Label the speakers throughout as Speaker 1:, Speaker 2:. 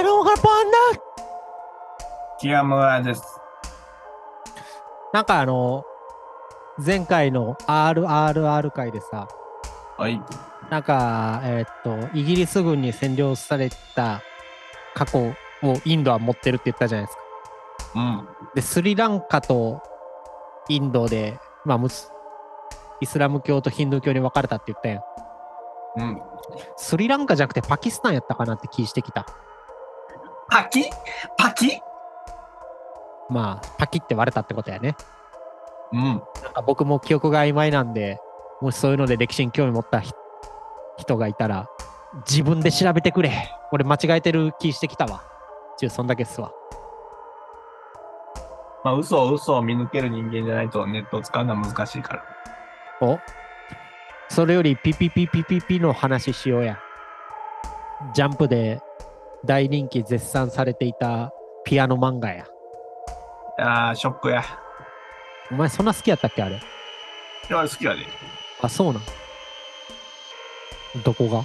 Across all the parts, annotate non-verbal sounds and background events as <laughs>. Speaker 1: ナ
Speaker 2: キアムアです。
Speaker 1: なんかあの、前回の RRR 会でさ、
Speaker 2: はい。
Speaker 1: なんか、えーっと、イギリス軍に占領された過去をインドは持ってるって言ったじゃないですか。
Speaker 2: うん。
Speaker 1: で、スリランカとインドで、まあ、ムスイスラム教とヒンドゥー教に分かれたって言ったやん。
Speaker 2: うん。
Speaker 1: スリランカじゃなくてパキスタンやったかなって気してきた。
Speaker 2: パキパキ
Speaker 1: まあ、パキって割れたってことやね。
Speaker 2: うん。
Speaker 1: なんか僕も記憶が曖昧なんで、もしそういうので歴史に興味持ったひ人がいたら、自分で調べてくれ。俺間違えてる気してきたわ。ちゅう、そんだけっすわ。
Speaker 2: まあ、嘘を嘘を見抜ける人間じゃないとネットを使うのは難しいから。
Speaker 1: おそれよりピピピピピピの話しようや。ジャンプで大人気絶賛されていたピアノ漫画や。
Speaker 2: ああ、ショックや。
Speaker 1: お前そんな好きやったっけあれ。
Speaker 2: いや、好きやで。
Speaker 1: あ、そうなん。どこが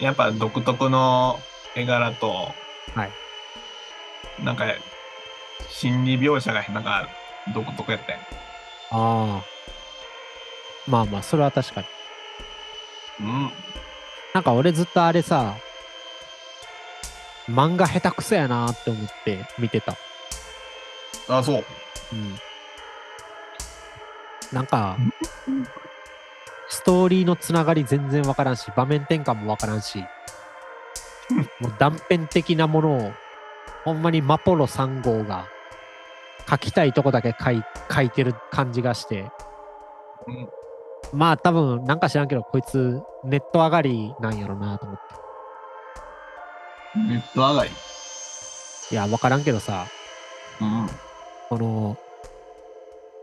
Speaker 2: やっぱ独特の絵柄と、
Speaker 1: はい。
Speaker 2: なんか、心理描写がなんか独特やったやん
Speaker 1: ああ。まあまあ、それは確かに。
Speaker 2: うん。
Speaker 1: なんか俺ずっとあれさ、漫画下手くそやなって思って見てた。
Speaker 2: あ、そう。
Speaker 1: うん。なんか、ストーリーのつながり全然わからんし、場面転換もわからんし、もう断片的なものを、ほんまにマポロ3号が書きたいとこだけ書い書いてる感じがして、
Speaker 2: うん
Speaker 1: まあ多分なんか知らんけど、こいつネット上がりなんやろなと思って。
Speaker 2: ネット上がり。
Speaker 1: いや、わからんけどさ、
Speaker 2: うん。
Speaker 1: この、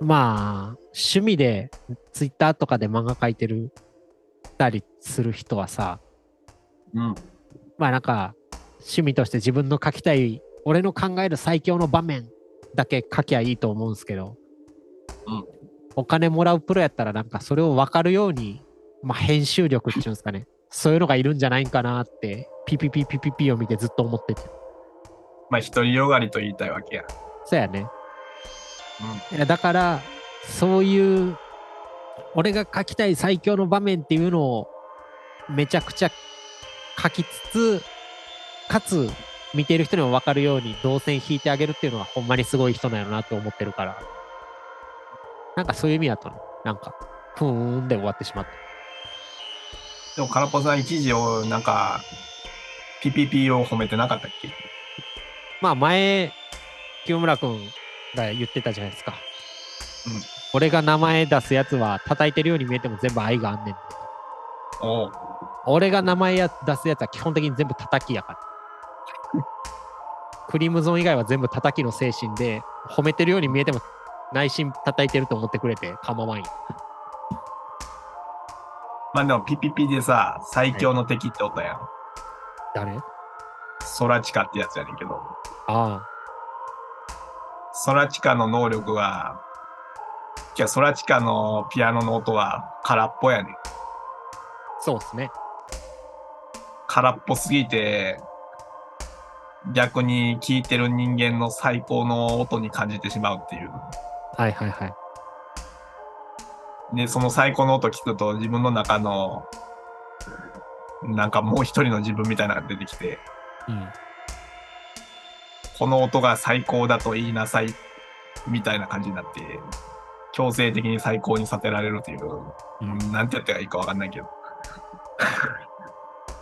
Speaker 1: まあ、趣味で、ツイッターとかで漫画描いてる、たりする人はさ、
Speaker 2: うん。
Speaker 1: まあなんか、趣味として自分の描きたい、俺の考える最強の場面だけ描きゃいいと思うんですけど、
Speaker 2: うん
Speaker 1: お金もらうプロやったらなんかそれを分かるように、まあ編集力っていうんですかね、そういうのがいるんじゃないんかなって、ピピピピピピを見てずっと思ってて。
Speaker 2: まあ、独りよがりと言いたいわけや。
Speaker 1: そうやね。いやだからそういう俺が書きたい最強の場面っていうのをめちゃくちゃ書きつつかつ見てる人にも分かるように動線引いてあげるっていうのはほんまにすごい人なんやろなって思ってるからなんかそういう意味だったのなんかふーんで終わってしまった
Speaker 2: でも、空っぽさん一時を、なんか、PPP を褒めてなかったっけ
Speaker 1: まあ前清村君が言ってたじゃないですか、
Speaker 2: うん
Speaker 1: 俺が名前出すやつは叩いてるように見えても全部愛があんねん
Speaker 2: おう
Speaker 1: 俺が名前や出すやつは基本的に全部叩きや <laughs> から。クリムゾン以外は全部叩きの精神で、褒めてるように見えても内心叩いてると思ってくれて構わんよ。
Speaker 2: まあでも PPP でさ、最強の敵っておったやん。
Speaker 1: 誰あ
Speaker 2: ソラチカってやつやねんけど、
Speaker 1: あ。
Speaker 2: ソラチカの能力は、いや、ソラチカのピアノの音は空っぽやねん。
Speaker 1: そうっすね。
Speaker 2: 空っぽすぎて、逆に聴いてる人間の最高の音に感じてしまうっていう。
Speaker 1: はいはいはい。
Speaker 2: で、その最高の音聞くと自分の中の、なんかもう一人の自分みたいなのが出てきて、
Speaker 1: うん。
Speaker 2: この音が最高だと言いなさいみたいな感じになって強制的に最高にさせられるという、
Speaker 1: うん
Speaker 2: なんて言ったらいいかわかんないけど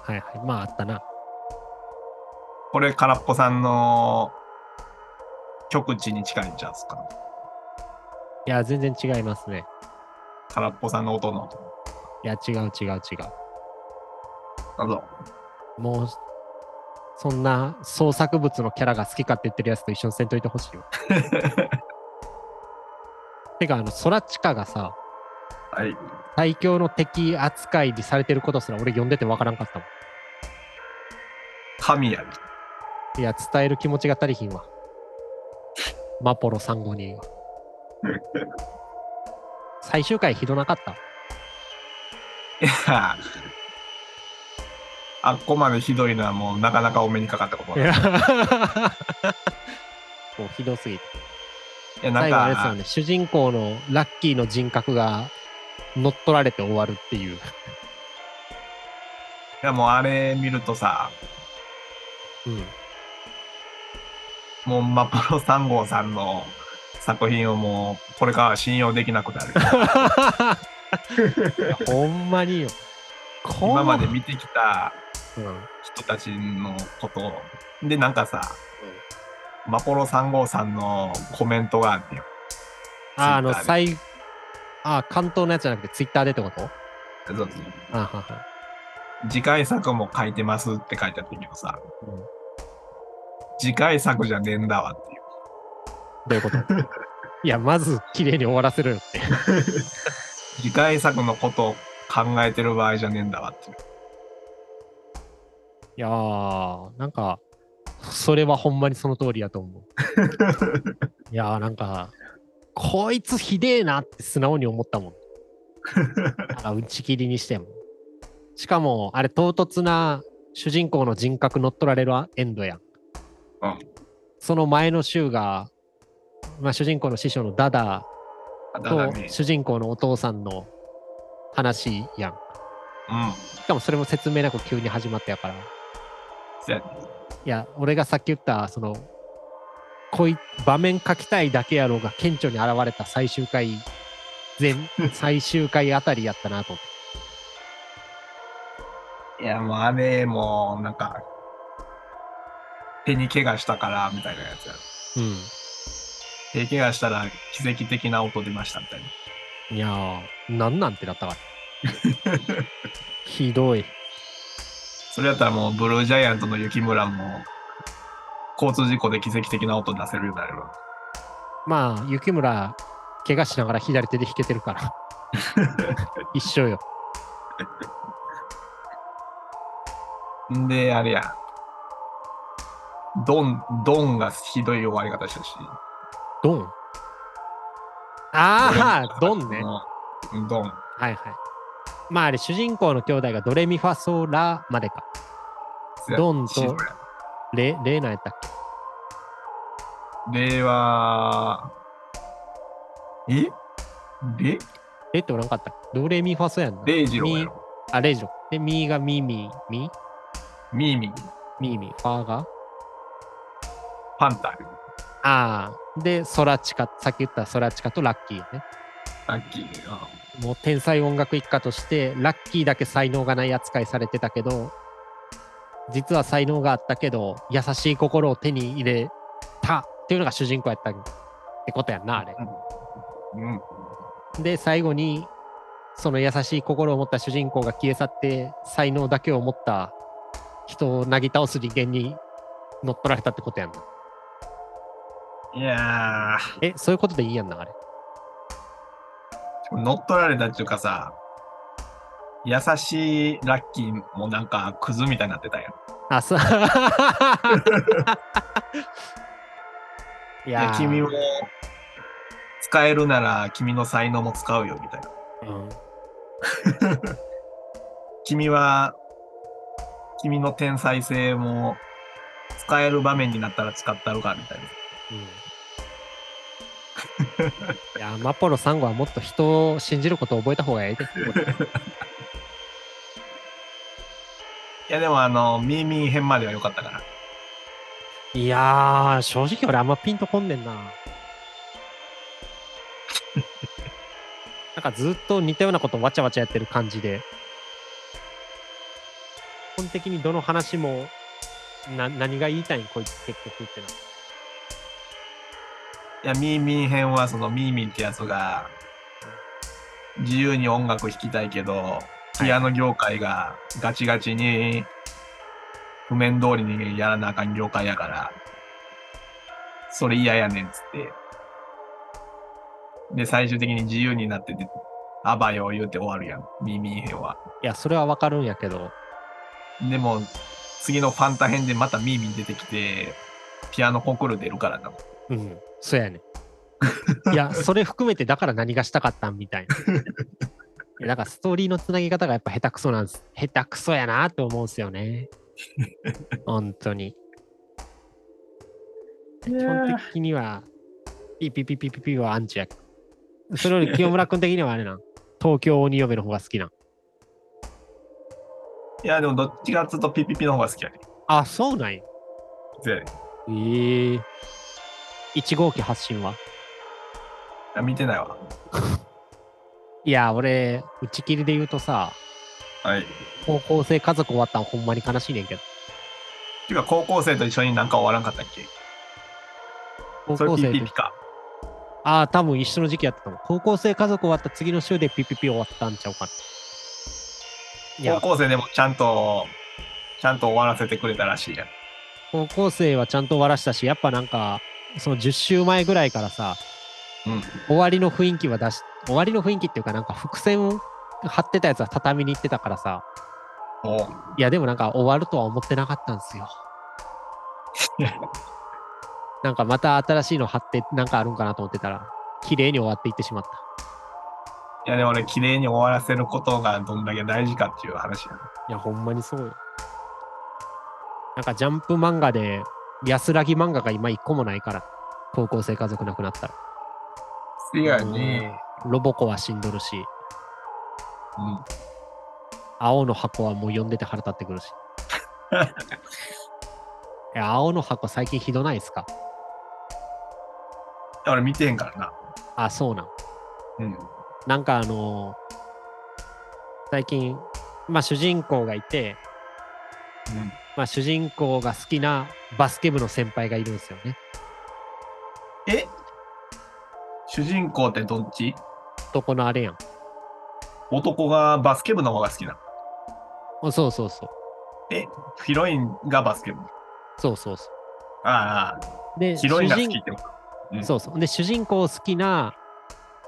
Speaker 1: はいはい。まああったな。
Speaker 2: これ空っぽさんの極地に近いんじゃないですか
Speaker 1: いや、全然違いますね。
Speaker 2: 空っぽさんの音の
Speaker 1: いや、違う違う違う。
Speaker 2: なるほど
Speaker 1: もう、そんな創作物のキャラが好きかって言ってるやつと一緒にせんといてほ <laughs> しいよ。てか、あの、ソラチカがさ、
Speaker 2: はい
Speaker 1: 最強の敵扱いにされてることすら俺読んでて分からんかったも
Speaker 2: 神やで <laughs>
Speaker 1: ん。いや、伝える気持ちが足りひんわ。マポロ3 5人は。最終回ひどなかった。
Speaker 2: いやあっこまでひどいのはもうなかなかお目にかかったことない。
Speaker 1: もうひどすぎて。
Speaker 2: いやなん
Speaker 1: 最後あれです
Speaker 2: か
Speaker 1: よね、主人公のラッキーの人格が乗っ取られて終わるっていう。
Speaker 2: いやもうあれ見るとさ
Speaker 1: うん。
Speaker 2: もうマポロ3号さんの作品をもうこれからは信用できなくなる
Speaker 1: いやほんまによ。こ
Speaker 2: 今
Speaker 1: う
Speaker 2: まで見てきた
Speaker 1: うん
Speaker 2: 人たちのことをでなんかさ、マポロ3号さんのコメントがあってよ
Speaker 1: ああの、
Speaker 2: Twitter
Speaker 1: 最、ああ、関東のやつじゃなくてツイッターでってことあ
Speaker 2: そう
Speaker 1: あはは
Speaker 2: 次回作も書いてますって書いてあったけどさ、
Speaker 1: うん
Speaker 2: 次回作じゃねえんだわっていう
Speaker 1: どういうこと
Speaker 2: <laughs>
Speaker 1: いや、まず綺麗に終わらせるよって。
Speaker 2: 次回作のことを考えてる場合じゃねえんだわっていう
Speaker 1: いやー、なんか、それはほんまにその通りやと
Speaker 2: <laughs>
Speaker 1: 思う。いやー、なんか、こいつひでえなって素直に思っ
Speaker 2: <laughs>
Speaker 1: たもん。なんか打ち切りにしても。しかも、あれ、唐突な主人公の人格乗っ取られるエンドやん。
Speaker 2: うん
Speaker 1: その前の週が、まあ、主人公の師匠のダダ
Speaker 2: ただ
Speaker 1: と
Speaker 2: ね
Speaker 1: 主人公のお父さんの話やん。
Speaker 2: うん
Speaker 1: しかもそれも説明なく急に始まったやから。
Speaker 2: そうやね
Speaker 1: いや、俺がさっき言った、その、こい場面書きたいだけやろうが顕著に現れた最終回、
Speaker 2: <laughs>
Speaker 1: 前、最終回あたりやったなと思って。
Speaker 2: いや、もうあれ、もう、なんか、手に怪我したから、みたいなやつや。手怪我したら奇跡的な音出ました、みたいな。
Speaker 1: うん。いやー、なんなんてなったから。
Speaker 2: <laughs>
Speaker 1: ひどい。
Speaker 2: それやったらもう、ブルージャイアントの雪村も、交通事故で奇跡的な音出せるようになるよ
Speaker 1: まあ、雪村、怪我しながら左手で弾けてる
Speaker 2: <laughs>
Speaker 1: から。一緒よ。
Speaker 2: んで、あれや。ドン、ドンがひどい終わり方したし。
Speaker 1: ドンああ、ドンね。
Speaker 2: うん。ドン。
Speaker 1: はいはい。まああれ、主人公の兄弟がドレミファソラまでか。ドンと
Speaker 2: シンプルや
Speaker 1: レ、レーナやったっけ
Speaker 2: 令和、えレ、
Speaker 1: レっておらんかったっけドレミファソやんな。
Speaker 2: レイジローやろ。
Speaker 1: あ、レイジロ。で、ミーがミーミー、ミー
Speaker 2: ミーミー、
Speaker 1: ミーミー、ファーが
Speaker 2: パンタ、
Speaker 1: ああ。で、ソラチカ、さっき言ったソラチカとラッキーやね。
Speaker 2: ラッキー。うん
Speaker 1: もう天才音楽一家として、ラッキーだけ才能がない扱いされてたけど、実は才能があったけど、優しい心を手に入れたっていうのが主人公やったってことやんな、あれ。
Speaker 2: うん。
Speaker 1: で最後にその優しい心を持った主人公が消え去って才能だけを持った人をなぎ倒す利権に乗っ取られたってことやんな。
Speaker 2: いや
Speaker 1: えそういうことでいいやんなあれ。
Speaker 2: ー、乗っ取られたっていうかさ、優しいラッキーもなんかクズみたいになってたよ。
Speaker 1: あ <laughs> そう。い
Speaker 2: い
Speaker 1: やー
Speaker 2: 君も使えるなら君の才能も使うよみたいな。
Speaker 1: うん
Speaker 2: 君は、君の天才性も使える場面になったら使ったろかみたい
Speaker 1: う
Speaker 2: な。
Speaker 1: んいやマポロ3号はもっと人を信じることを覚えた方がいいで。
Speaker 2: いやでもあの、ミーミー編までは良かったから。
Speaker 1: いやー、正直俺あんまピンとこんね <laughs> んな。なんかずっと似たようなことわちゃわちゃやってる感じで。基本的にどの話も、な、何が言いたいんこいつ結局ってな。
Speaker 2: いや、ミーミー編はそのミーミーってやつが、自由に音楽弾きたいけど、ピアノ業界がガチガチに、譜面通りにやらなあかん業界やから、それ嫌やねんっつって。で、最終的に自由になってて、あばよ言うて終わるやん、ミーミー編は。
Speaker 1: いや、それはわかるんやけど。
Speaker 2: でも、次のファンタ編でまたミーミー出てきて、ピアノコンクール出るからな。
Speaker 1: うん、 <laughs> そうやねん。いや、それ含めてだから何がしたかったんみたいな。いやだからストーリーのつなぎ方がやっぱ下手くそなんです。下手くそやなって思うんですよ <laughs> ね。本当に。基本的には、ピーピーピーピーピーピーはアンチや。それより清村君的にはあれなん。東京鬼嫁の方が好きなん。
Speaker 2: いや、でもどっちかっつうとピピピの方が好きやね。
Speaker 1: あ、そうなんや。
Speaker 2: そうやね
Speaker 1: えー。1号機発信はい
Speaker 2: や見てないわ。
Speaker 1: いや、俺、打ち切りで言うとさ、
Speaker 2: はい。
Speaker 1: 高校生家族終わったんほんまに悲しいねんけど。
Speaker 2: ていうか、高校生と一緒になんか終わらんかったっけ
Speaker 1: 高
Speaker 2: それ
Speaker 1: 校
Speaker 2: ピ
Speaker 1: 生
Speaker 2: ピ
Speaker 1: で
Speaker 2: ピか。
Speaker 1: ああ、多分一緒の時期やったと思う。高校生家族終わった次の週でピピピ終わったんちゃうかな。いや
Speaker 2: 高、校生でもちゃんと、ちゃんと終わらせてくれたらしいやん。
Speaker 1: 高校生はちゃんと終わらしたし、やっぱなんか、その10週前ぐらいからさ、
Speaker 2: うん
Speaker 1: 終わりの雰囲気は出し、終わりの雰囲気っていうか、なんか伏線を張ってたやつは畳に行ってたからさ、
Speaker 2: おう
Speaker 1: いや、でもなんか終わるとは思ってなかったんです <laughs> よ。なんかまた新しいの貼って、なんかあるんかなと思ってたら、綺麗に終わっていってしまった。
Speaker 2: いや、でも俺、綺麗に終わらせることがどんだけ大事かっていう話やん。
Speaker 1: いや、ほんまにそうよ。なんかジャンプ漫画で安らぎ漫画が今一個もないから、高校生家族亡くなったら。
Speaker 2: せやね。
Speaker 1: ロボコは死んどるし、
Speaker 2: うん。
Speaker 1: 青の箱はもう読んでて腹立ってくる
Speaker 2: <laughs>
Speaker 1: し。いや青の箱最近ひどないですか
Speaker 2: 俺、見てへんからな。
Speaker 1: あ、そうなん。
Speaker 2: うん。
Speaker 1: なんかあのー最近、まあ主人公がいて、まあ主人公が好きなバスケ部の先輩がいるんですよね。
Speaker 2: え主人公ってどっち
Speaker 1: 男のあれやん。
Speaker 2: 男がバスケ部の方が好きなの。
Speaker 1: おそうそうそう。
Speaker 2: ヒロインがバスケ部。
Speaker 1: そうそうそ
Speaker 2: ああ、
Speaker 1: う。で、
Speaker 2: ヒロインが好
Speaker 1: 主
Speaker 2: きっ
Speaker 1: 人
Speaker 2: てこと。うん
Speaker 1: そうそう。で、主人公好きな、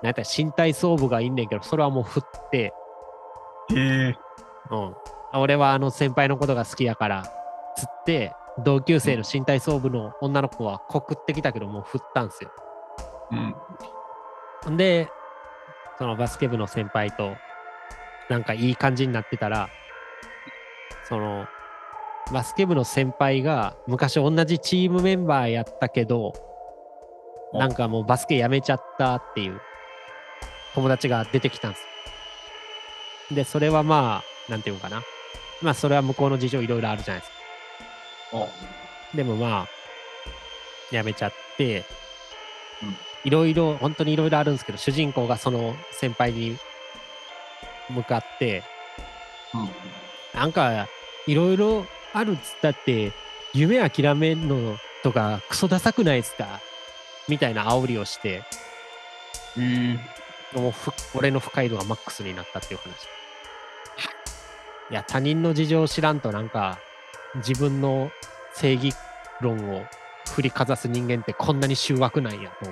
Speaker 1: なんやったら身体操部がいんねんけど、それはもう振って、
Speaker 2: へえ。
Speaker 1: うん。俺はあの先輩のことが好きやから、つって、同級生の身体操部の女の子は告ってきたけど、もう振ったんすよ。
Speaker 2: うん。
Speaker 1: んで、そのバスケ部の先輩と、なんかいい感じになってたら、その、バスケ部の先輩が昔同じチームメンバーやったけど、
Speaker 2: お
Speaker 1: なんかもうバスケやめちゃったっていう友達が出てきたんです。で、それはまあ、なんていうのかな。まあ、それは向こうの事情いろいろあるじゃないですか。
Speaker 2: お
Speaker 1: でもまあ、やめちゃって
Speaker 2: うん、
Speaker 1: いろいろ、本当にいろいろあるんですけど、主人公がその先輩に向かって、
Speaker 2: うん。
Speaker 1: なんか、いろいろあるっつったって、夢諦めんのとか、クソダサくないっすかみたいな煽りをして、
Speaker 2: へえ。
Speaker 1: もうふ俺の不快度がマックスになったっていう話。いや、他人の事情を知らんと、なんか、自分の正義論を振りかざす人間ってこんなに醜悪なんやと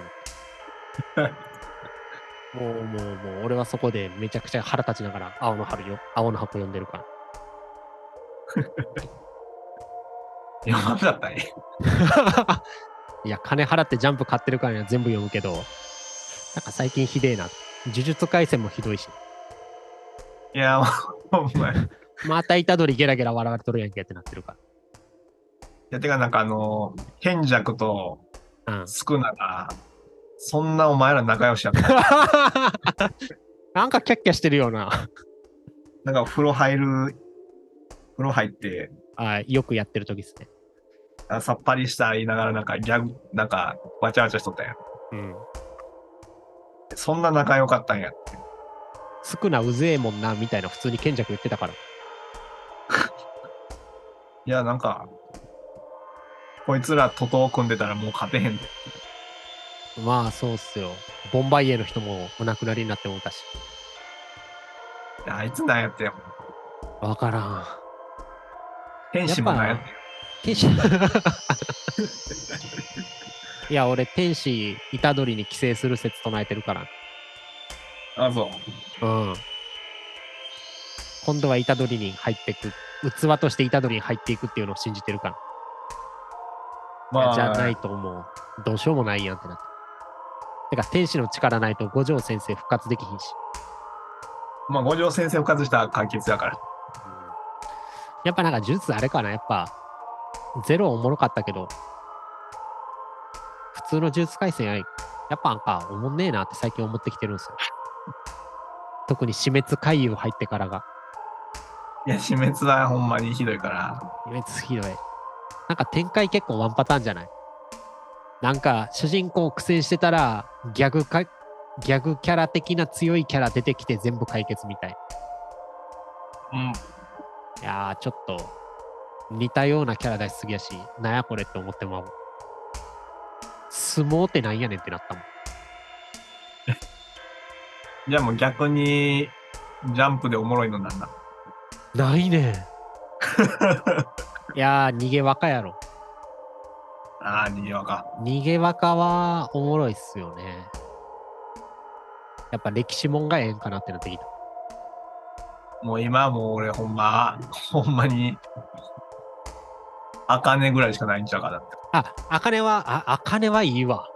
Speaker 1: 思って。もう、もう、もう、俺はそこでめちゃくちゃ腹立ちながら、青の春よ、青の箱読んでるから。
Speaker 2: やばかったね。
Speaker 1: いや、金払ってジャンプ買ってるからには全部読むけど、なんか最近ひでえな。呪術廻戦もひどいし、
Speaker 2: いや、ほんまに。い
Speaker 1: また虎杖ゲラゲラ笑われとるやんけってなってるか
Speaker 2: や、てか、なんかあの、賢弱と
Speaker 1: ら。うん。
Speaker 2: 少なが、そんなお前ら仲良しやった。
Speaker 1: <laughs> なんかキャッキャしてるような。
Speaker 2: なんか風呂入る、風呂入って、
Speaker 1: あよくやってる時ですね。
Speaker 2: あさっぱりした言いながら、なんかギャグ、なんかわちゃわちゃしとったやん。
Speaker 1: うん。
Speaker 2: そんな仲良かったんやって。
Speaker 1: 少なうぜえもんな、みたいな普通に賢者言ってたから。
Speaker 2: いや、なんか、こいつら徒党組んでたらもう勝てへんで。
Speaker 1: まあそうっすよ。ボンバイエの人もお亡くなりになって思ったし。
Speaker 2: あいつなんやってん。
Speaker 1: わからん。
Speaker 2: 天使もなんやってん。
Speaker 1: 天使 <laughs> いや、俺、天使、虎杖に寄生する説唱えてるから。
Speaker 2: あ、そう。
Speaker 1: うん。今度は虎杖に入ってく。器として虎杖に入っていくっていうのを信じてるから。
Speaker 2: まあ、
Speaker 1: じゃないと思う。どうしようもないやんってなって。てか、天使の力ないと五条先生復活できひんし。
Speaker 2: まあ、五条先生を復活した完結やから。
Speaker 1: やっぱなんか呪術あれかな、やっぱ、ゼロおもろかったけど、普通の呪術回戦より、やっぱなんかおもんねえなって最近思ってきてるんですよ。特に死滅回遊入ってからが、
Speaker 2: いや、死滅はほんまにひどいから。
Speaker 1: 死滅ひどい。なんか展開結構ワンパターンじゃないなんか主人公苦戦してたら、ギャグか、ギャグキャラ的な強いキャラ出てきて全部解決みたい。
Speaker 2: うん。
Speaker 1: いやー、ちょっと、似たようなキャラ出しすぎやし、なんやこれって思ってまう。相撲ってなんやねんってなったもん。
Speaker 2: じゃあもう逆に、ジャンプでおもろいのなんだ。
Speaker 1: ないねん。 <laughs> いやー、逃げ若やろ。
Speaker 2: ああ、逃げようか。
Speaker 1: 逃げ若はおもろいっすよね。やっぱ歴史もんがええんかなってなってきた。
Speaker 2: もう今はもう俺ほんま、ほんまに、あかねぐらいしかないんちゃうかだって。
Speaker 1: あ、あかねは、あ、あかねはいいわ。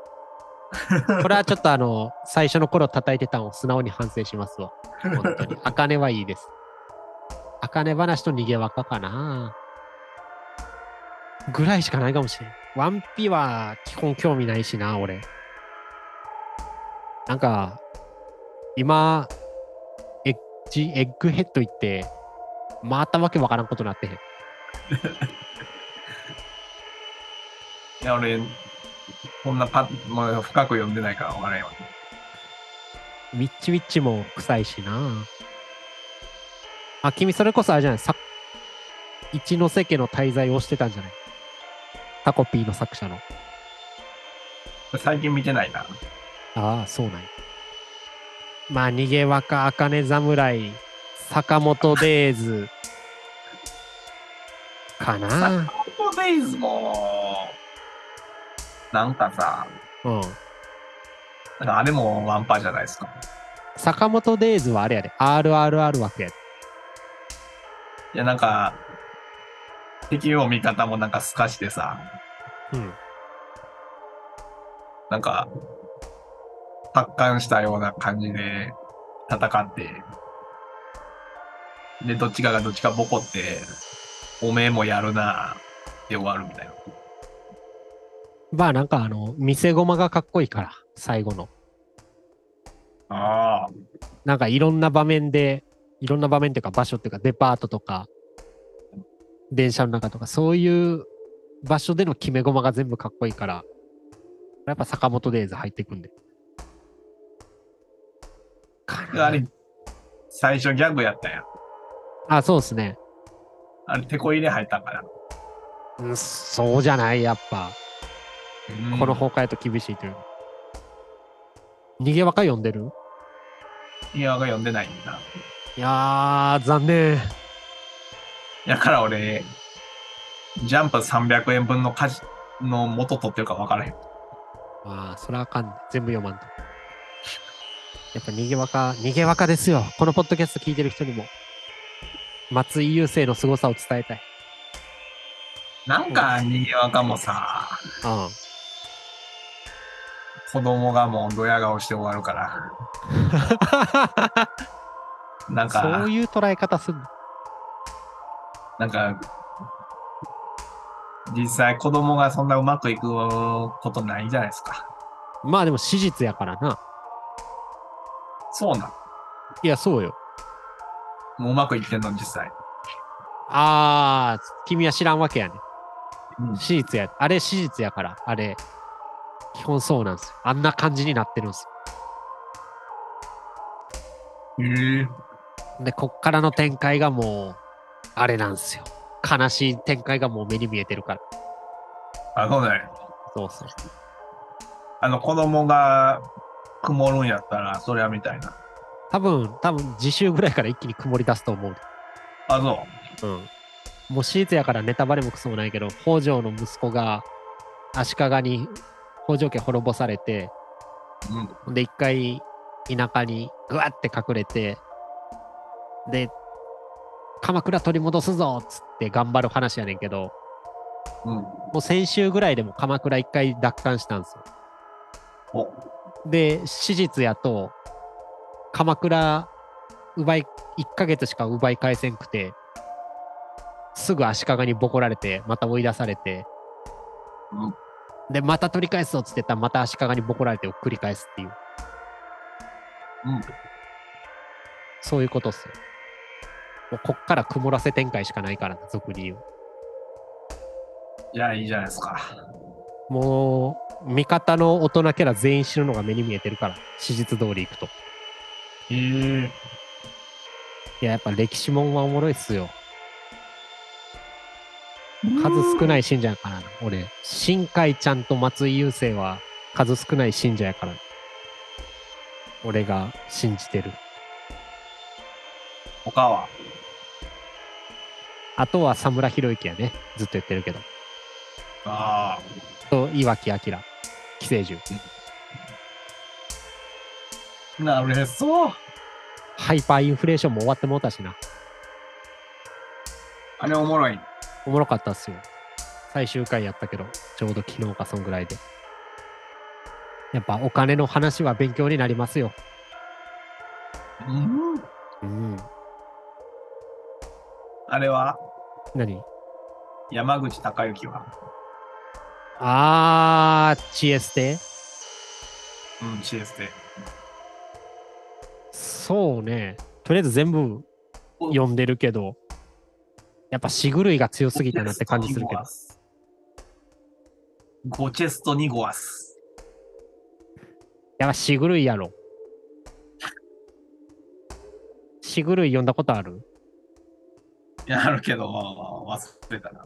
Speaker 1: これはちょっとあの、最初の頃叩いてたのを素直に反省しますわ。本当に。あかねはいいです。あかね話と逃げ若かな。ぐらいしかないかもしれん。ワンピは基本興味ないしな、俺。なんか、今、エッジ、エッグヘッド行って、またわけわからんことなってへん。
Speaker 2: いや、俺、こんなパッ、もう深く読んでないからわからんよ。
Speaker 1: ウィッチウィッチも臭いしな。あ、君それこそあれじゃない、さ一ノ瀬家の滞在をしてたんじゃないタコピーの作者の。
Speaker 2: 最近見てないな。
Speaker 1: ああ、そうなんやまあ、逃げ若、茜侍、坂本デイズ、かな。
Speaker 2: コントデイズも、なんかさ、
Speaker 1: うん。
Speaker 2: なんかあれもワンパじゃないですか。
Speaker 1: 坂本デイズはあれやで、RRR 枠やで。
Speaker 2: いや、なんか、敵を味方もなんか透かしてさ、
Speaker 1: うん。
Speaker 2: なんか、発汗したような感じで戦って、で、どっちかがどっちかボコって、おめえもやるなで終わるみたいな。
Speaker 1: まあ、なんかあの、見せ駒がかっこいいから、最後の。
Speaker 2: ああ。
Speaker 1: なんかいろんな場面で、いろんな場面っていうか場所っていうかデパートとか、電車の中とか、そういう場所での決め駒が全部かっこいいから、やっぱ坂本デイズ入ってくんで。かな
Speaker 2: あれ、最初ギャグやったやん。
Speaker 1: あ、そうですね。
Speaker 2: あれ、テこ入れ入ったんから。
Speaker 1: うんそうじゃない、やっぱ。
Speaker 2: うん
Speaker 1: この崩壊と厳しいという。逃げ若読んでる
Speaker 2: いや、が読んでないんだ。
Speaker 1: いやー、残念。
Speaker 2: だから俺、ジャンプ300円分の価値の元取ってるか分からへん。
Speaker 1: まあ、それはあかん、全部読まんと。やっぱ逃げ若、逃げ若ですよ。このポッドキャスト聞いてる人にも。松井優生の凄さを伝えたい。
Speaker 2: なんか、逃げ若もさ、
Speaker 1: <laughs> うん。
Speaker 2: 子供がもうドヤ顔して終わるから。なん
Speaker 1: そ
Speaker 2: か
Speaker 1: う、いう捉え方すんの。
Speaker 2: なんか、実際子供がそんなうまくいくことないじゃないですか。
Speaker 1: まあでも史実やからな。
Speaker 2: そうなん。
Speaker 1: いや、そうよ。
Speaker 2: もううまくいってんの、実際。
Speaker 1: あー、君は知らんわけやね。
Speaker 2: うん
Speaker 1: 史実や。あれ史実やから。あれ、基本そうなんですよ。あんな感じになってるんです
Speaker 2: へえ。
Speaker 1: よ。で、こっからの展開がもう、あれなんですよ。悲しい展開がもう目に見えてるから。
Speaker 2: あ、そうなんや
Speaker 1: そうそう。
Speaker 2: あの、子供が曇るんやったら、それはみたいな。
Speaker 1: 多分、多分、次週ぐらいから一気に曇り出すと思う。
Speaker 2: あ、そ
Speaker 1: うん。もうシーツやからネタバレもクソもないけど、北条の息子が足利に北条家滅ぼされて、
Speaker 2: う。うん。
Speaker 1: ほんで一回田舎にぐわって隠れて、で、鎌倉取り戻すぞっつって頑張る話やねんけど、
Speaker 2: うん。
Speaker 1: もう先週ぐらいでも鎌倉一回奪還したんですよ。
Speaker 2: お、
Speaker 1: で、史実やと、鎌倉奪い、1ヶ月しか奪い返せんくて、すぐ足利にボコられて、また追い出されて、
Speaker 2: うん
Speaker 1: で、また取り返すぞっつってたら、また足利にボコられてを繰り返すっていう、
Speaker 2: うん。
Speaker 1: そういうことっすよ。もうこっから曇らせ展開しかないからな、俗に言う。
Speaker 2: いや、いいじゃないですか。
Speaker 1: もう、味方の大人キャラ全員死ぬのが目に見えてるから、史実通りいくと。
Speaker 2: へえ。
Speaker 1: いや、やっぱ歴史もんはおもろいっすよ。数少ない信者やからな。俺、新海ちゃんと松井優生は数少ない信者やから。俺が信じてる。
Speaker 2: 他は
Speaker 1: あとは佐村博之やね。ずっと言ってるけど。
Speaker 2: ああ。
Speaker 1: と、岩木明、寄生獣。
Speaker 2: なるへそ。
Speaker 1: ハイパーインフレーションも終わってもうたしな。
Speaker 2: あれおもろい。
Speaker 1: おもろかったっすよ。最終回やったけど、ちょうど昨日かそんぐらいで。やっぱお金の話は勉強になりますよ。
Speaker 2: うん。
Speaker 1: うん。
Speaker 2: あれは
Speaker 1: 何
Speaker 2: 山口孝之は。
Speaker 1: あー、チエステ
Speaker 2: うん、知恵捨て。
Speaker 1: そうね。とりあえず全部読んでるけど、やっぱ死狂いが強すぎたなって感じするけど。
Speaker 2: ゴチェストニゴアス。
Speaker 1: やっぱ死狂いやろ。死狂い読んだことある
Speaker 2: いや、あるけど、忘れたな。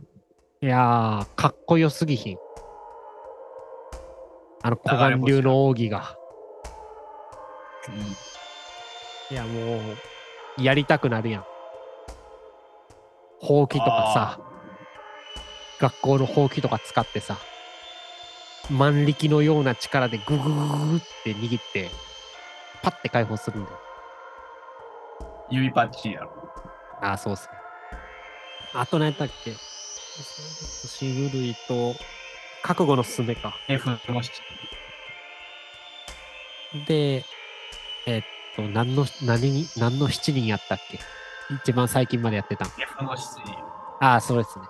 Speaker 1: いやー、かっこよすぎひん。あの、小岩流の奥義が。
Speaker 2: うん。
Speaker 1: いや、もう、やりたくなるやん。ほうきとかさ。学校のほうきとか使ってさ万力のような力でグググググって握ってパッて解放するんだよ
Speaker 2: さ。指パッチンやろ。
Speaker 1: ああそうっすねあと何やったっけ星狂いと覚悟のすすめか
Speaker 2: F の七。
Speaker 1: でえっと何の何に何の7人やったっけ一番最近までやってた
Speaker 2: F の七。
Speaker 1: ああそうですね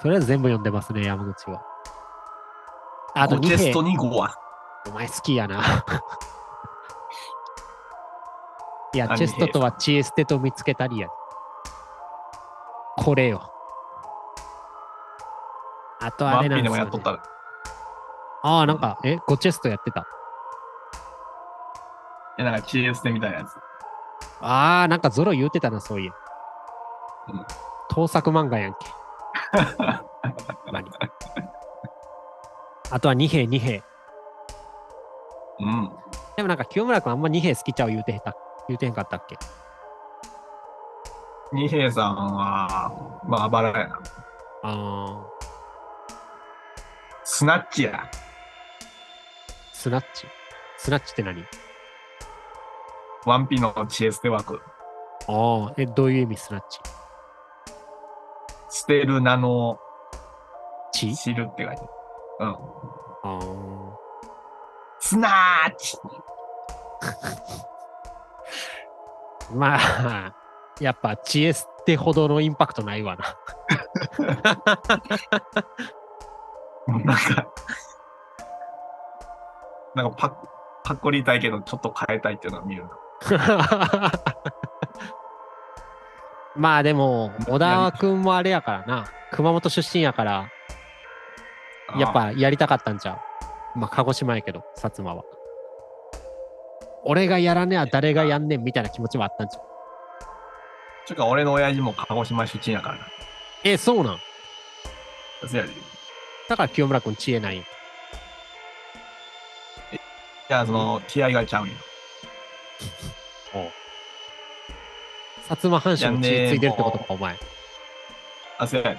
Speaker 1: それは全部読んでますね山口はあと
Speaker 2: ゴチ
Speaker 1: 2
Speaker 2: ェス
Speaker 1: 兵
Speaker 2: トニゴアス。
Speaker 1: お前好きや
Speaker 2: <laughs>
Speaker 1: な。いや、
Speaker 2: 何
Speaker 1: チェストとはチエステと見つけたりや。これよ。あとあ
Speaker 2: マ
Speaker 1: れ
Speaker 2: ッ
Speaker 1: な
Speaker 2: ピ
Speaker 1: んで
Speaker 2: ーですも
Speaker 1: よ、
Speaker 2: や
Speaker 1: ね
Speaker 2: っと。ったら。
Speaker 1: ああ、なんか、え、ゴチェストやってた。
Speaker 2: え、なんか知恵捨てみたいなやつ。
Speaker 1: ああ、なんかゾロ言うてたな、そういえ。
Speaker 2: うん
Speaker 1: 盗作漫画やん
Speaker 2: <laughs>
Speaker 1: け。何あとは二兵二兵。
Speaker 2: うん。
Speaker 1: でもなんか清村君あんま二兵好きちゃう言うてへた、言うてへんかったっけ
Speaker 2: 二平さんは、まあ、あばらやな。
Speaker 1: ああ、
Speaker 2: スナッチや。
Speaker 1: スナッチ。スナッチって何
Speaker 2: ワンピの知恵捨て枠。
Speaker 1: ああ、え、どういう意味スナッチ
Speaker 2: 捨てる名の
Speaker 1: 血
Speaker 2: 知るって書いてある。うん。
Speaker 1: あ
Speaker 2: スナッチ
Speaker 1: あ。まあ、やっぱ知恵捨てほどのインパクトないわな。 <laughs>
Speaker 2: <laughs> なんか、なんかパッ、パッコリいたいけど、ちょっと変えたいっていうのは見るな。
Speaker 1: まあでも、小田君もあれやからな。熊本出身やから、
Speaker 2: あー
Speaker 1: やっ、ぱやりたかったんちゃうまあ、鹿児島やけど、薩摩は。俺がやらねえ誰がやんねんみたいな気持ちもあったんちゃう
Speaker 2: ちゅうか、俺の親父も鹿児島出身やからな。
Speaker 1: え、そうなん
Speaker 2: そやで。い
Speaker 1: だから清村君知恵ないんや
Speaker 2: や、その、気合がちゃうんよ。
Speaker 1: 薩摩藩主の血ついてるってことか、お前。
Speaker 2: あ、そやで。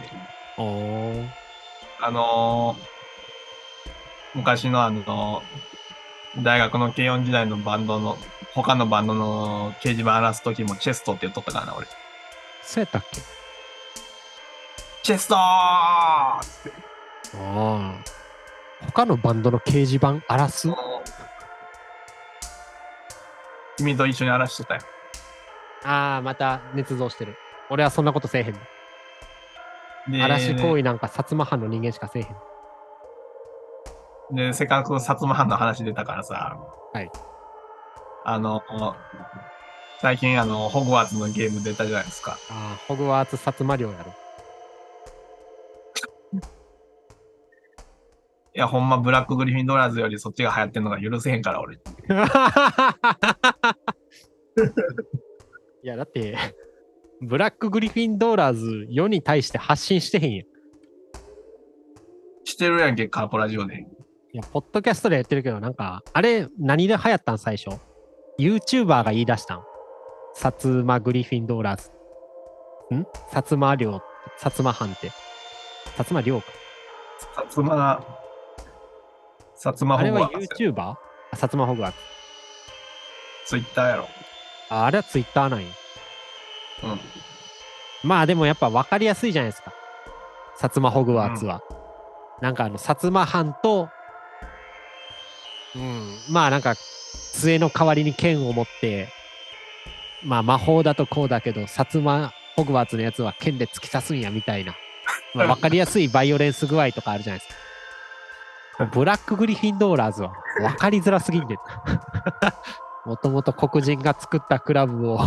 Speaker 1: おー
Speaker 2: あのー、昔のあのー大学の軽音時代のバンドの、他のバンドの掲示板荒らすときもチェストって言っとったからな、俺。
Speaker 1: そうやったっけ
Speaker 2: チェストーっつって
Speaker 1: ああ。他のバンドの掲示板荒らす
Speaker 2: その君と一緒に荒らしてたよ。
Speaker 1: ああ、また捏造してる。俺はそんなことせえへん。
Speaker 2: で
Speaker 1: 嵐行為なんか薩摩藩の人間しかせえへん。
Speaker 2: で、せっかく薩摩藩の話出たからさ、
Speaker 1: はい。
Speaker 2: あの、最近、あの、ホグワーツのゲーム出たじゃないですか。
Speaker 1: ああ、ホグワーツ薩摩領や <laughs> ろ。
Speaker 2: いや、ほんま、ブラックグリフィンドラーズよりそっちが流行ってんのが許せへんから、俺。
Speaker 1: いや、だって、ブラックグリフィンドーラーズ世に対して発信してへんやん。い
Speaker 2: してるやんけ、カーポラジオで。
Speaker 1: や、ポッドキャストでやってるけど、なんか、あれ、何で流行ったん最初。YouTuber が言い出したん。薩摩グリフィンドーラーズ。ん薩摩領、薩摩藩って。薩摩領か。
Speaker 2: 薩摩、薩摩
Speaker 1: あれ
Speaker 2: ホグ
Speaker 1: は
Speaker 2: ワーツ。
Speaker 1: YouTuber? あ薩摩ホグワーツ。
Speaker 2: ツイッターやろ。
Speaker 1: ああれは Twitter なんや。
Speaker 2: うん。
Speaker 1: まあでもやっぱ分かりやすいじゃないですか。薩摩ホグワーツは。なんかあの、薩摩藩と、うん、まあなんか、杖の代わりに剣を持って、まあ魔法だとこうだけど、薩摩ホグワーツのやつは剣で突き刺すんやみたいな。まあ、分かりやすいバイオレンス具合とかあるじゃないですか。ブラックグリフィンドーラーズは分かりづらすぎんで。もともと黒人が作ったクラブを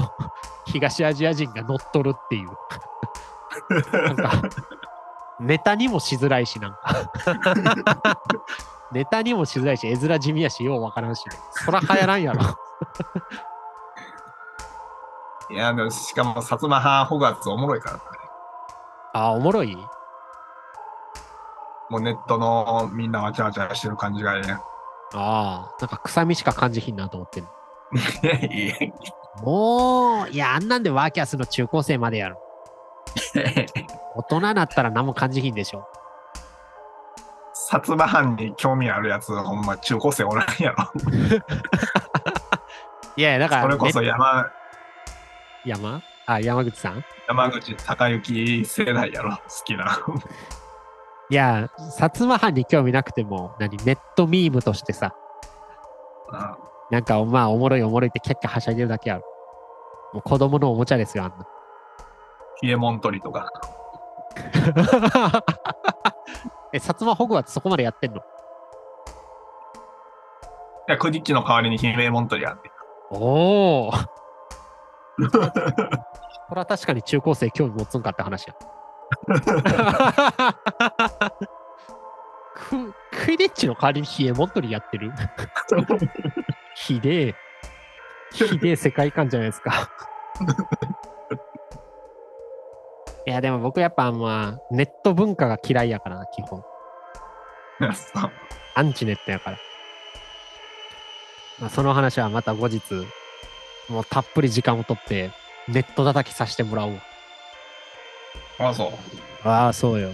Speaker 1: 東アジア人が乗っ取るっていう。なんか、ネタにもしづらいし、なんか。
Speaker 2: <laughs>
Speaker 1: ネタにもしづらいし、絵面地味やし、ようわからんし、そら流行らんやろ。
Speaker 2: いや、でもしかも、薩摩藩ホグワーツおもろいからな。
Speaker 1: あ、おもろい
Speaker 2: もうネットのみんなわちゃわちゃしてる感じがね。
Speaker 1: ああ、なんか臭みしか感じひんなと思ってん
Speaker 2: <laughs> いやいやい
Speaker 1: もう、いや、あんなんでワーキャスの中高生までやろ。
Speaker 2: や
Speaker 1: 大人なったら何も感じひんでしょ。
Speaker 2: <laughs> 薩摩藩に興味あるやつ、ほんま中高生おらんやろ。
Speaker 1: いやいや、だから、
Speaker 2: それこ
Speaker 1: ね
Speaker 2: そ山
Speaker 1: 山あ、山口さん
Speaker 2: 山口孝之世代やろ、好きな。 <laughs>
Speaker 1: いや、薩摩藩に興味なくても、何、ネットミームとしてさ、
Speaker 2: うん
Speaker 1: なんか、まあ、おもろいおもろいってキャッキャはしゃいでるだけやろ。もう子供のおもちゃですよ、あんな。
Speaker 2: ヒエモントリとか。
Speaker 1: <laughs> え、薩摩ホグワーツそこまでやってんの
Speaker 2: いや、クディッチの代わりにヒエモントリや
Speaker 1: <laughs>
Speaker 2: って。
Speaker 1: おおこれは確かに中高生興味持つんかって話や。ククイデッチの代わりにヒエモントリやってるひでえ。ひでえ世界観じゃないですか。いや、でも僕やっぱまあ、ネット文化が嫌いやからな、基本。
Speaker 2: そう
Speaker 1: アンチネットやから。まあ、その話はまた後日、もうたっぷり時間を取って、ネット叩きさせてもらおう。
Speaker 2: あ、そう。 <laughs>
Speaker 1: ああ、そうよ。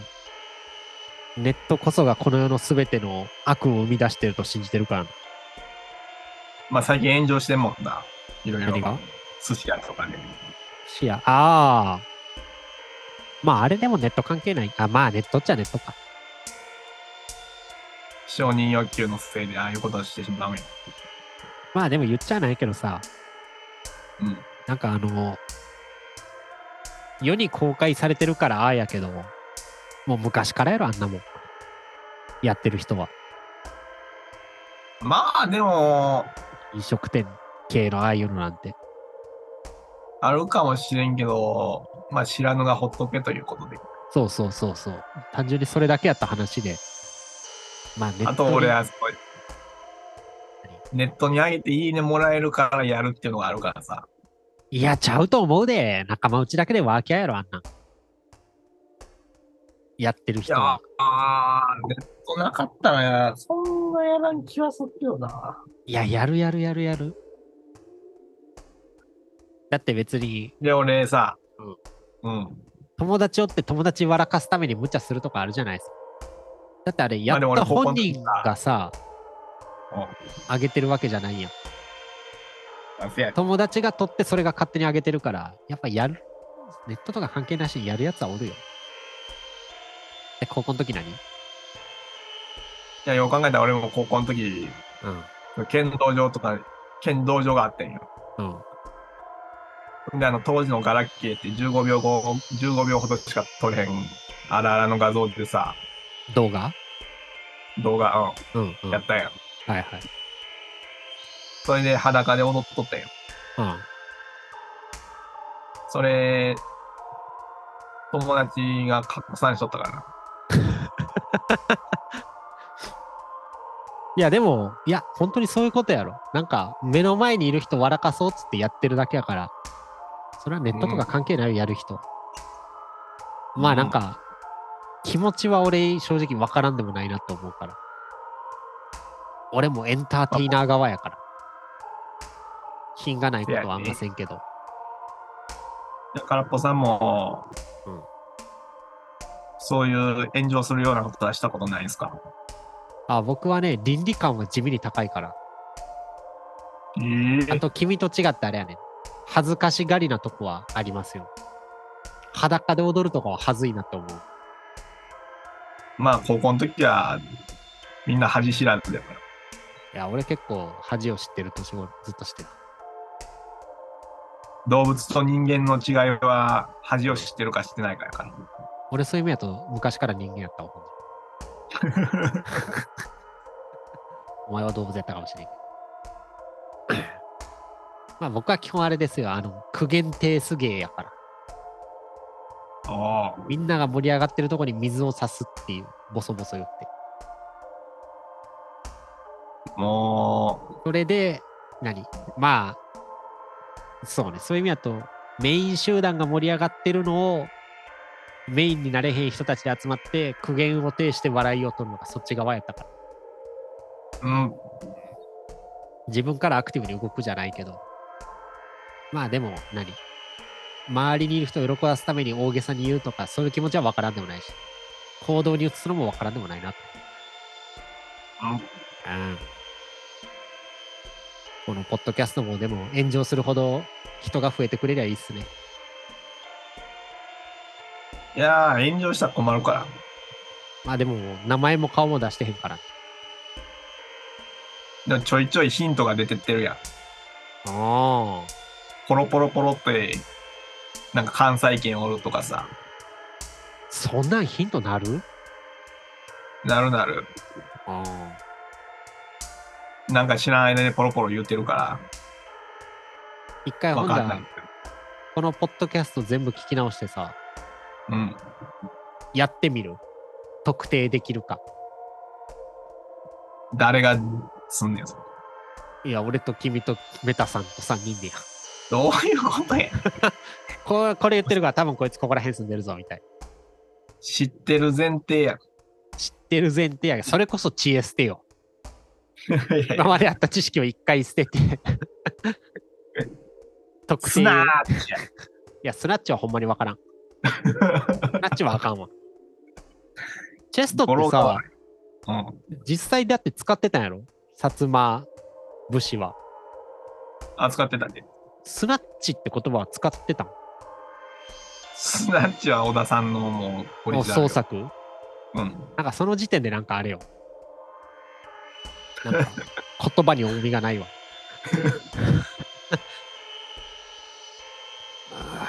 Speaker 1: ネットこそがこの世の全ての悪を生み出してると信じてるからな。
Speaker 2: まあ、最近炎上してんもんな。いろいろ
Speaker 1: 何が。
Speaker 2: 寿司屋とかね。
Speaker 1: 視野、ああ。まあ、あれでもネット関係ない。あ、まあ、ネットっちゃネットか。
Speaker 2: 承認欲求のせいでああいうことしてしまうんや。
Speaker 1: まあ、でも言っちゃないけどさ、
Speaker 2: うん。
Speaker 1: なんかあの、世に公開されてるからああやけど、もう昔からやろ、あんなもん。やってる人は。
Speaker 2: まあ、でも、
Speaker 1: 飲食店系のああいうのなんて。
Speaker 2: あるかもしれんけど、まあ、知らぬがほっとけということで。
Speaker 1: そうそうそうそう。単純にそれだけやった話で。まあ、ネット
Speaker 2: あと、俺
Speaker 1: に
Speaker 2: はすごい、ネットに上げていいねもらえるからやるっていうのがあるからさ。
Speaker 1: いや、ちゃうと思うで。仲間内だけでワーキャーやろ、あんなん。やってる
Speaker 2: い
Speaker 1: 人
Speaker 2: や、
Speaker 1: は
Speaker 2: あ。あー、ネットなかったら、そんなやらん気はするよな。
Speaker 1: いや、やるやるやるやる。だって別に、
Speaker 2: で、俺さ、うん。
Speaker 1: 友達をって友達笑かすために無茶するとかあるじゃないですか。だってあれ、やっ
Speaker 2: まあで
Speaker 1: た
Speaker 2: も俺
Speaker 1: 本人がさ、
Speaker 2: うん。
Speaker 1: あげてるわけじゃないやん。
Speaker 2: あせや
Speaker 1: 友達が取ってそれが勝手にあげてるから、やっぱやる。ネットとか関係なしにやるやつはおるよ。で、高校の時何
Speaker 2: いや、よう考えたら俺も高校の時、
Speaker 1: うん。
Speaker 2: 剣道場とか、剣道場があってんよ。
Speaker 1: うん。
Speaker 2: であの当時のガラケーって15秒後15秒ほどしか撮れへんあらあらの画像でさ
Speaker 1: 動画
Speaker 2: 動画、
Speaker 1: うんうん。
Speaker 2: うん、や
Speaker 1: は
Speaker 2: ったやん
Speaker 1: いはい。
Speaker 2: それで裸で踊っとったやん
Speaker 1: うん。
Speaker 2: それ友達が拡散しとったからない
Speaker 1: や、でも、いや、本当にそういうことやろ。なんか、目の前にいる人笑かそうっつってやってるだけやから、それはネットとか関係ないよ、やる人。まあ、なんか、気持ちは俺、正直わからんでもないなと思うから。俺もエンターテイナー側やから。品がないことはあんませんけど。
Speaker 2: だからぽさんも、
Speaker 1: うん
Speaker 2: そういう炎上するようなことはしたことないんですか
Speaker 1: あ僕はね、倫理観は地味に高いから。
Speaker 2: え
Speaker 1: あと、君と違ってあれやねん。恥ずかしがりなとこはありますよ。裸で踊るとかは恥ずいなと思う。
Speaker 2: まあ高校の時はみんな恥知らずだから
Speaker 1: いや、俺結構恥を知ってる年頃ずっとしてる。
Speaker 2: 動物と人間の違いは恥を知ってるか知ってないかやから
Speaker 1: 俺そういう意味やと昔から人間やったわ。ほんまお前は動物やったかもしれんけど。まあ僕は基本あれですよ。あの、苦言定数芸やから。
Speaker 2: ああ
Speaker 1: みんなが盛り上がってるとこに水を差すっていう、ボソボソ言って。
Speaker 2: も
Speaker 1: それで、何まあ、そうね。そういう意味だと、メイン集団が盛り上がってるのを、メインになれへん人たちで集まって、苦言を呈して笑いを取るのがそっち側やったから。
Speaker 2: う、うん、
Speaker 1: 自分からアクティブに動くじゃないけど。まあでも何、周りにいる人を喜ばすために大げさに言うとか、そういう気持ちはわからんでもないし、行動に移すのもわからんでもないなと。うん。このポッドキャストもでも炎上するほど人が増えてくれりゃいいっすね。
Speaker 2: いやー炎上したら困るから
Speaker 1: まあでも、名前も顔も出してへんから。
Speaker 2: でもちょいちょいヒントが出てってるやん
Speaker 1: ああ。
Speaker 2: ポロポロポロってなんか関西圏おるとかさ
Speaker 1: そんなんヒントなる
Speaker 2: なるなる
Speaker 1: あ
Speaker 2: なんか知らない間にポロポロ言ってるか
Speaker 1: あ。一回
Speaker 2: ら
Speaker 1: ほ
Speaker 2: わ
Speaker 1: ん
Speaker 2: かんな
Speaker 1: だ
Speaker 2: い、
Speaker 1: このポッドキャスト全部聞き直してさ、
Speaker 2: うん
Speaker 1: やってみる。特定できるか。
Speaker 2: 誰がすんねんそれ
Speaker 1: いや、俺と君とメタさんと3人でや。 <laughs>
Speaker 2: どういうことや
Speaker 1: これこれ言ってるから多分こいつここら辺住んでるぞみたい
Speaker 2: 知ってる前提や
Speaker 1: な。知ってる前提やけどそれこそ知恵捨てよ。
Speaker 2: いやい
Speaker 1: 今
Speaker 2: や
Speaker 1: まであった知識を一回捨て
Speaker 2: <laughs>
Speaker 1: て。特
Speaker 2: ス
Speaker 1: 定。い
Speaker 2: ナーチや
Speaker 1: や、スナッチはほんまにわから
Speaker 2: <laughs>
Speaker 1: ん。スナッチはあかんわ。チェストっ
Speaker 2: 語呂
Speaker 1: て
Speaker 2: が
Speaker 1: さ、
Speaker 2: 悪いうん
Speaker 1: 実際だって使ってたんやろ薩摩武士は。
Speaker 2: 扱ってたね
Speaker 1: スナッチって言葉は使ってたん
Speaker 2: スナッチは小田さんのもうオリジナル
Speaker 1: 創
Speaker 2: よ
Speaker 1: 作
Speaker 2: うん
Speaker 1: なんかその時点でなんかあれよ。なんか言葉に重みがないわ。あ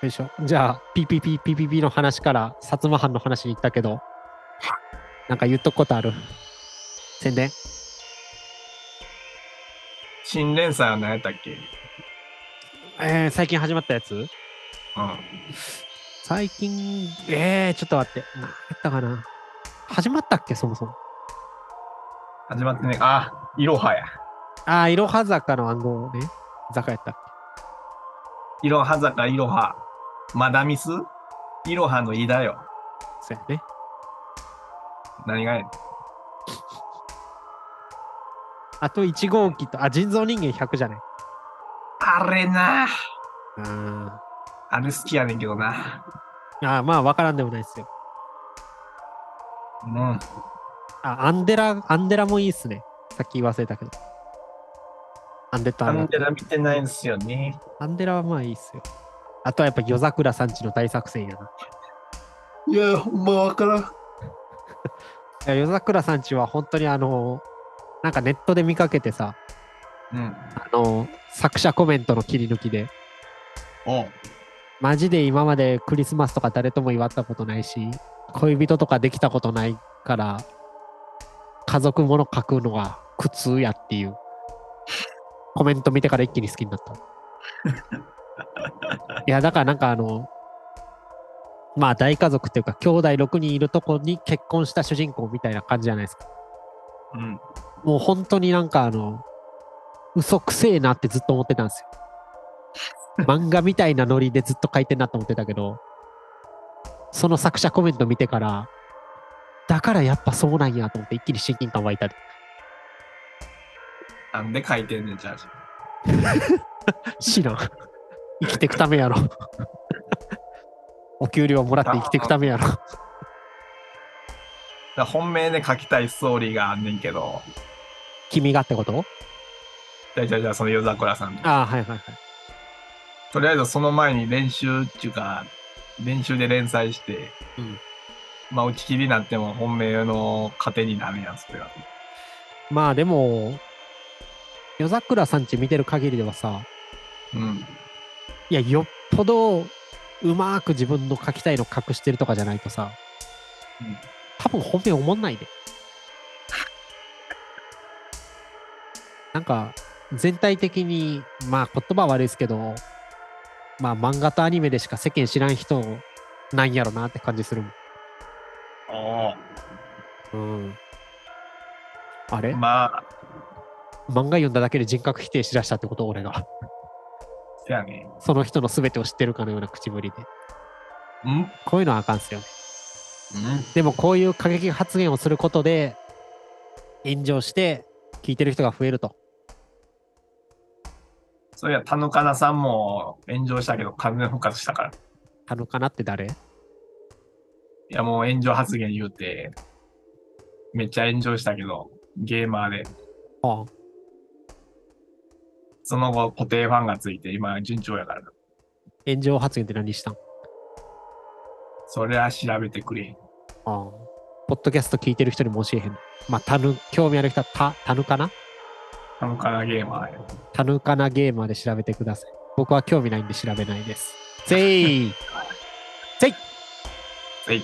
Speaker 1: ー <laughs> よいしょ。じゃあ、PPPPPP の話から薩摩藩の話に行ったけど、なんか言っとくことある宣伝
Speaker 2: 新連載は何やったっけうん
Speaker 1: えー、最近始まったやつ最近、えー、ちょっと待って。何やったかな始まったっけそもそも。
Speaker 2: 始まってねあいろはや
Speaker 1: あー、いろは坂の暗号ね。坂やったっけ
Speaker 2: いろは坂いろはマダミスいろはのいだよ
Speaker 1: そうやね。
Speaker 2: 何がやねん
Speaker 1: あと1号機と、あ、人造人間100じゃない。
Speaker 2: あれな
Speaker 1: あ
Speaker 2: あれ好きやねんけどな
Speaker 1: あ、まあ、わからんでもないですよ。
Speaker 2: うん
Speaker 1: あ、アンデラ、アンデラもいいっすね。さっき忘れたけど。アンデッド
Speaker 2: ア
Speaker 1: アン
Speaker 2: ン
Speaker 1: デ
Speaker 2: デ
Speaker 1: ラ。
Speaker 2: ラ見てないんですよね
Speaker 1: アンデラはまあいいっすよ。あとはやっぱ夜桜さんちの大作戦やな。い
Speaker 2: いやほんまわからん
Speaker 1: や夜桜さんちは本当にあの、なんかネットで見かけてさ、
Speaker 2: うん
Speaker 1: あの、作者コメントの切り抜きで、
Speaker 2: おう
Speaker 1: マジで今までクリスマスとか誰とも祝ったことないし恋人とかできたことないから家族もの書くのが苦痛やっていうコメント見てから一気に好きになったいやだからなんかあのまあ大家族っていうか兄弟6人いるとこに結婚した主人公みたいな感じじゃないですか
Speaker 2: うん。
Speaker 1: もう本当になんかあの嘘くせえなってずっと思ってたんですよ漫画みたいなノリでずっと書いてんなと思ってたけどその作者コメント見てからだからやっぱそうなんやと思って一気に親近感湧いたり
Speaker 2: なんで書いてんねん、じゃあ。
Speaker 1: 知らん。生きてくためやろ。お給料もらって生きてくためやろ。
Speaker 2: だから本命で書きたいストーリーがあんねんけど、
Speaker 1: 君がってこと
Speaker 2: じゃあじゃあじゃあその夜桜さんと。
Speaker 1: ああ、はいはいはい。
Speaker 2: とりあえずその前に練習っていうか、練習で連載して、
Speaker 1: うん
Speaker 2: まあ打ち切りになっても本命の糧になるやん、それは。
Speaker 1: まあでも、夜桜さんち見てる限りではさ、
Speaker 2: うん。
Speaker 1: いや、よっぽどうまーく自分の書きたいの隠してるとかじゃないとさ、
Speaker 2: うん
Speaker 1: 多分本命思んないで。なんか、全体的に、まあ言葉悪いですけど、まあ漫画とアニメでしか世間知らん人なんやろなって感じする
Speaker 2: お
Speaker 1: もん。うん。あれ、
Speaker 2: まあ、
Speaker 1: 漫画読んだだけで人格否定しだしたってこと俺が。
Speaker 2: せやね
Speaker 1: その人の全てを知ってるかのような口ぶりで。
Speaker 2: ん。うん
Speaker 1: こういうのはあかんっすよね。でもこういう過激発言をすることで炎上して聞いてる人が増えると。
Speaker 2: そういや、田野かなさんも炎上したけど完全復活したから。い
Speaker 1: あのかなって誰
Speaker 2: や、もう炎上発言言うて、めっちゃ炎上したけど、ゲーマーで。
Speaker 1: ああ
Speaker 2: その後、固定ファンがついて、今、順調やから。
Speaker 1: 炎上発言って何したん
Speaker 2: それは調べてくれ。
Speaker 1: ああポッドキャスト聞いてる人にも教えへん。まあ、たぬ、興味ある人はた、たぬかな
Speaker 2: 田野かなゲーマーや。
Speaker 1: たぬかなゲーマーで調べてください。僕は興味ないんで調べないです。せい
Speaker 2: はい。